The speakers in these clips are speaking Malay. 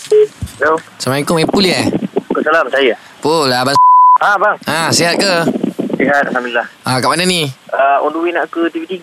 Hello. Assalamualaikum Eh Pul eh Waalaikumsalam saya. Pul Abang Ah bang. Ah, sihat ke? Sihat alhamdulillah. Ah, kat mana ni? Uh, on the way nak ke TV3.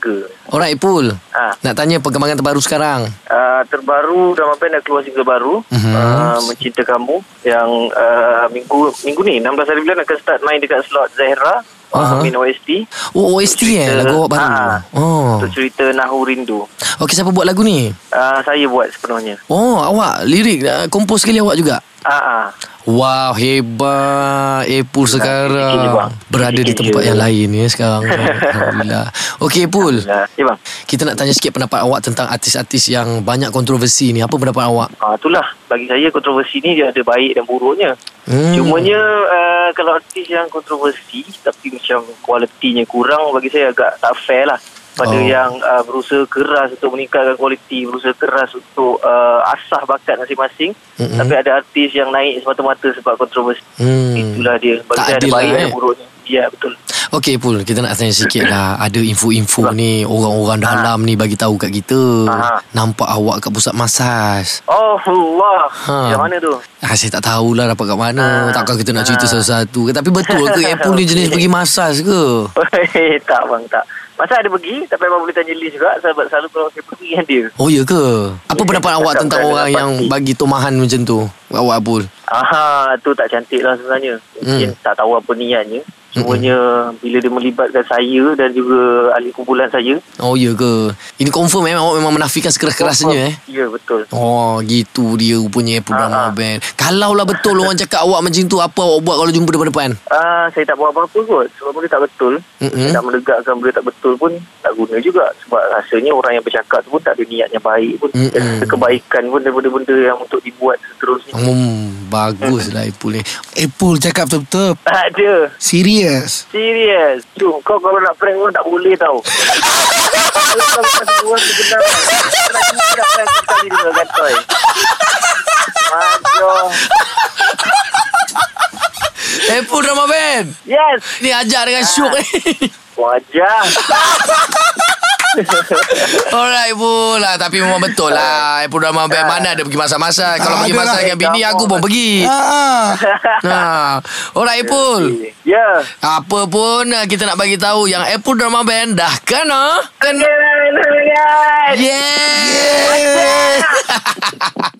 Alright Pul Ah. Nak tanya perkembangan terbaru sekarang Uh, terbaru drama pen dah keluar single baru Mhm. uh, Mencinta Kamu yang uh, minggu minggu ni 16 hari bulan akan start main dekat slot Zahra Aha. uh, main OST Oh OST eh Cerita- Lagu awak baru Ah. Oh untuk cerita Nahu Rindu Okey siapa buat lagu ni? uh, saya buat sepenuhnya Oh awak Lirik ah, Kompos sekali awak juga ah, ah. Wow hebat Eh Pul sikit je, bang. sekarang Berada di Sikit tempat je. yang lain ya sekarang Alhamdulillah Okey Pul Uh, ya bang Kita nak tanya sikit pendapat awak Tentang artis-artis yang Banyak kontroversi ni Apa pendapat awak? Ah, itulah bagi saya kontroversi ni dia ada baik dan buruknya. Hmm. Hmm. Cumanya uh, kalau artis yang kontroversi tapi macam kualitinya kurang bagi saya agak tak fair lah pada Oh. oh. yang uh, berusaha keras untuk meningkatkan kualiti, berusaha keras untuk uh, asah bakat masing-masing. Mm-mm. Mm-hmm. Tapi ada artis yang naik semata-mata sebab kontroversi. Hmm. Hmm. Itulah dia. Bagi Tak saya ada adil lah, baik dan eh. buruknya. Ya betul. Okey Pul, kita nak tanya sikit lah. Ada info-info ni orang-orang Ah. dalam ni bagi tahu kat kita. Aha. Nampak awak kat pusat masas. Oh Allah. Ha. Ha. Macam mana tu? Ah, saya tak tahulah dapat kat Ah. mana. Takkan kita nak cerita Ah. satu-satu. Tapi betul ke Apple ni jenis Okey. pergi masas ke? Eh, tak bang tak. Masa ada pergi tapi abang boleh tanya Liz juga sebab selalu kalau saya pergi dengan dia. Oh ya ke? Apa Okey, pendapat kita awak tak tentang berani orang dapat yang ni. bagi tomahan macam tu? Awak Apul. Aha, tu tak cantik lah sebenarnya. Mungkin Hmm. hmm. tak tahu apa niatnya. Cumanya hmm. bila dia melibatkan saya dan juga ahli kumpulan saya. Oh ya ke? Ini confirm eh awak memang menafikan sekeras-kerasnya eh. Ya, betul. Oh gitu dia rupanya Apple Ah, drama ah. band. Kalaulah betul orang cakap awak macam tu, apa awak buat kalau jumpa depan-depan? Ah, saya tak buat apa-apa kot sebab benda tak betul. Mm-mm. Mm-hmm. Nak menegakkan benda tak betul pun tak guna juga sebab rasanya orang yang bercakap tu pun tak ada niat yang baik pun. Mm-mm. Dan rasa kebaikan pun daripada benda yang untuk dibuat seterusnya. Hmm, bagus lah Ipul ni. Apple cakap betul-betul Tak ada. Serius Serius. Jom, kau kalau nak prank orang tak boleh tau. Kalau kau kasi orang tu benar. Kena cuba nak prank kau kali dulu kan toy. Macam. Ipul drama band. Yes. Ni ajak dengan syuk ni. Ah. Wajah. Alright Ipul lah. Tapi memang betul lah. Ipul drama band mana ada pergi masa-masa. Ah, Kalau pergi ada masa lah. dengan bini Eh, aku pun kamu. pergi. Ah, ah. Ha. Alright Ipul. Ya. Apa pun ah, kita nak bagi tahu yang Apple Drama Band dah kena kena. Yeah. Yeah.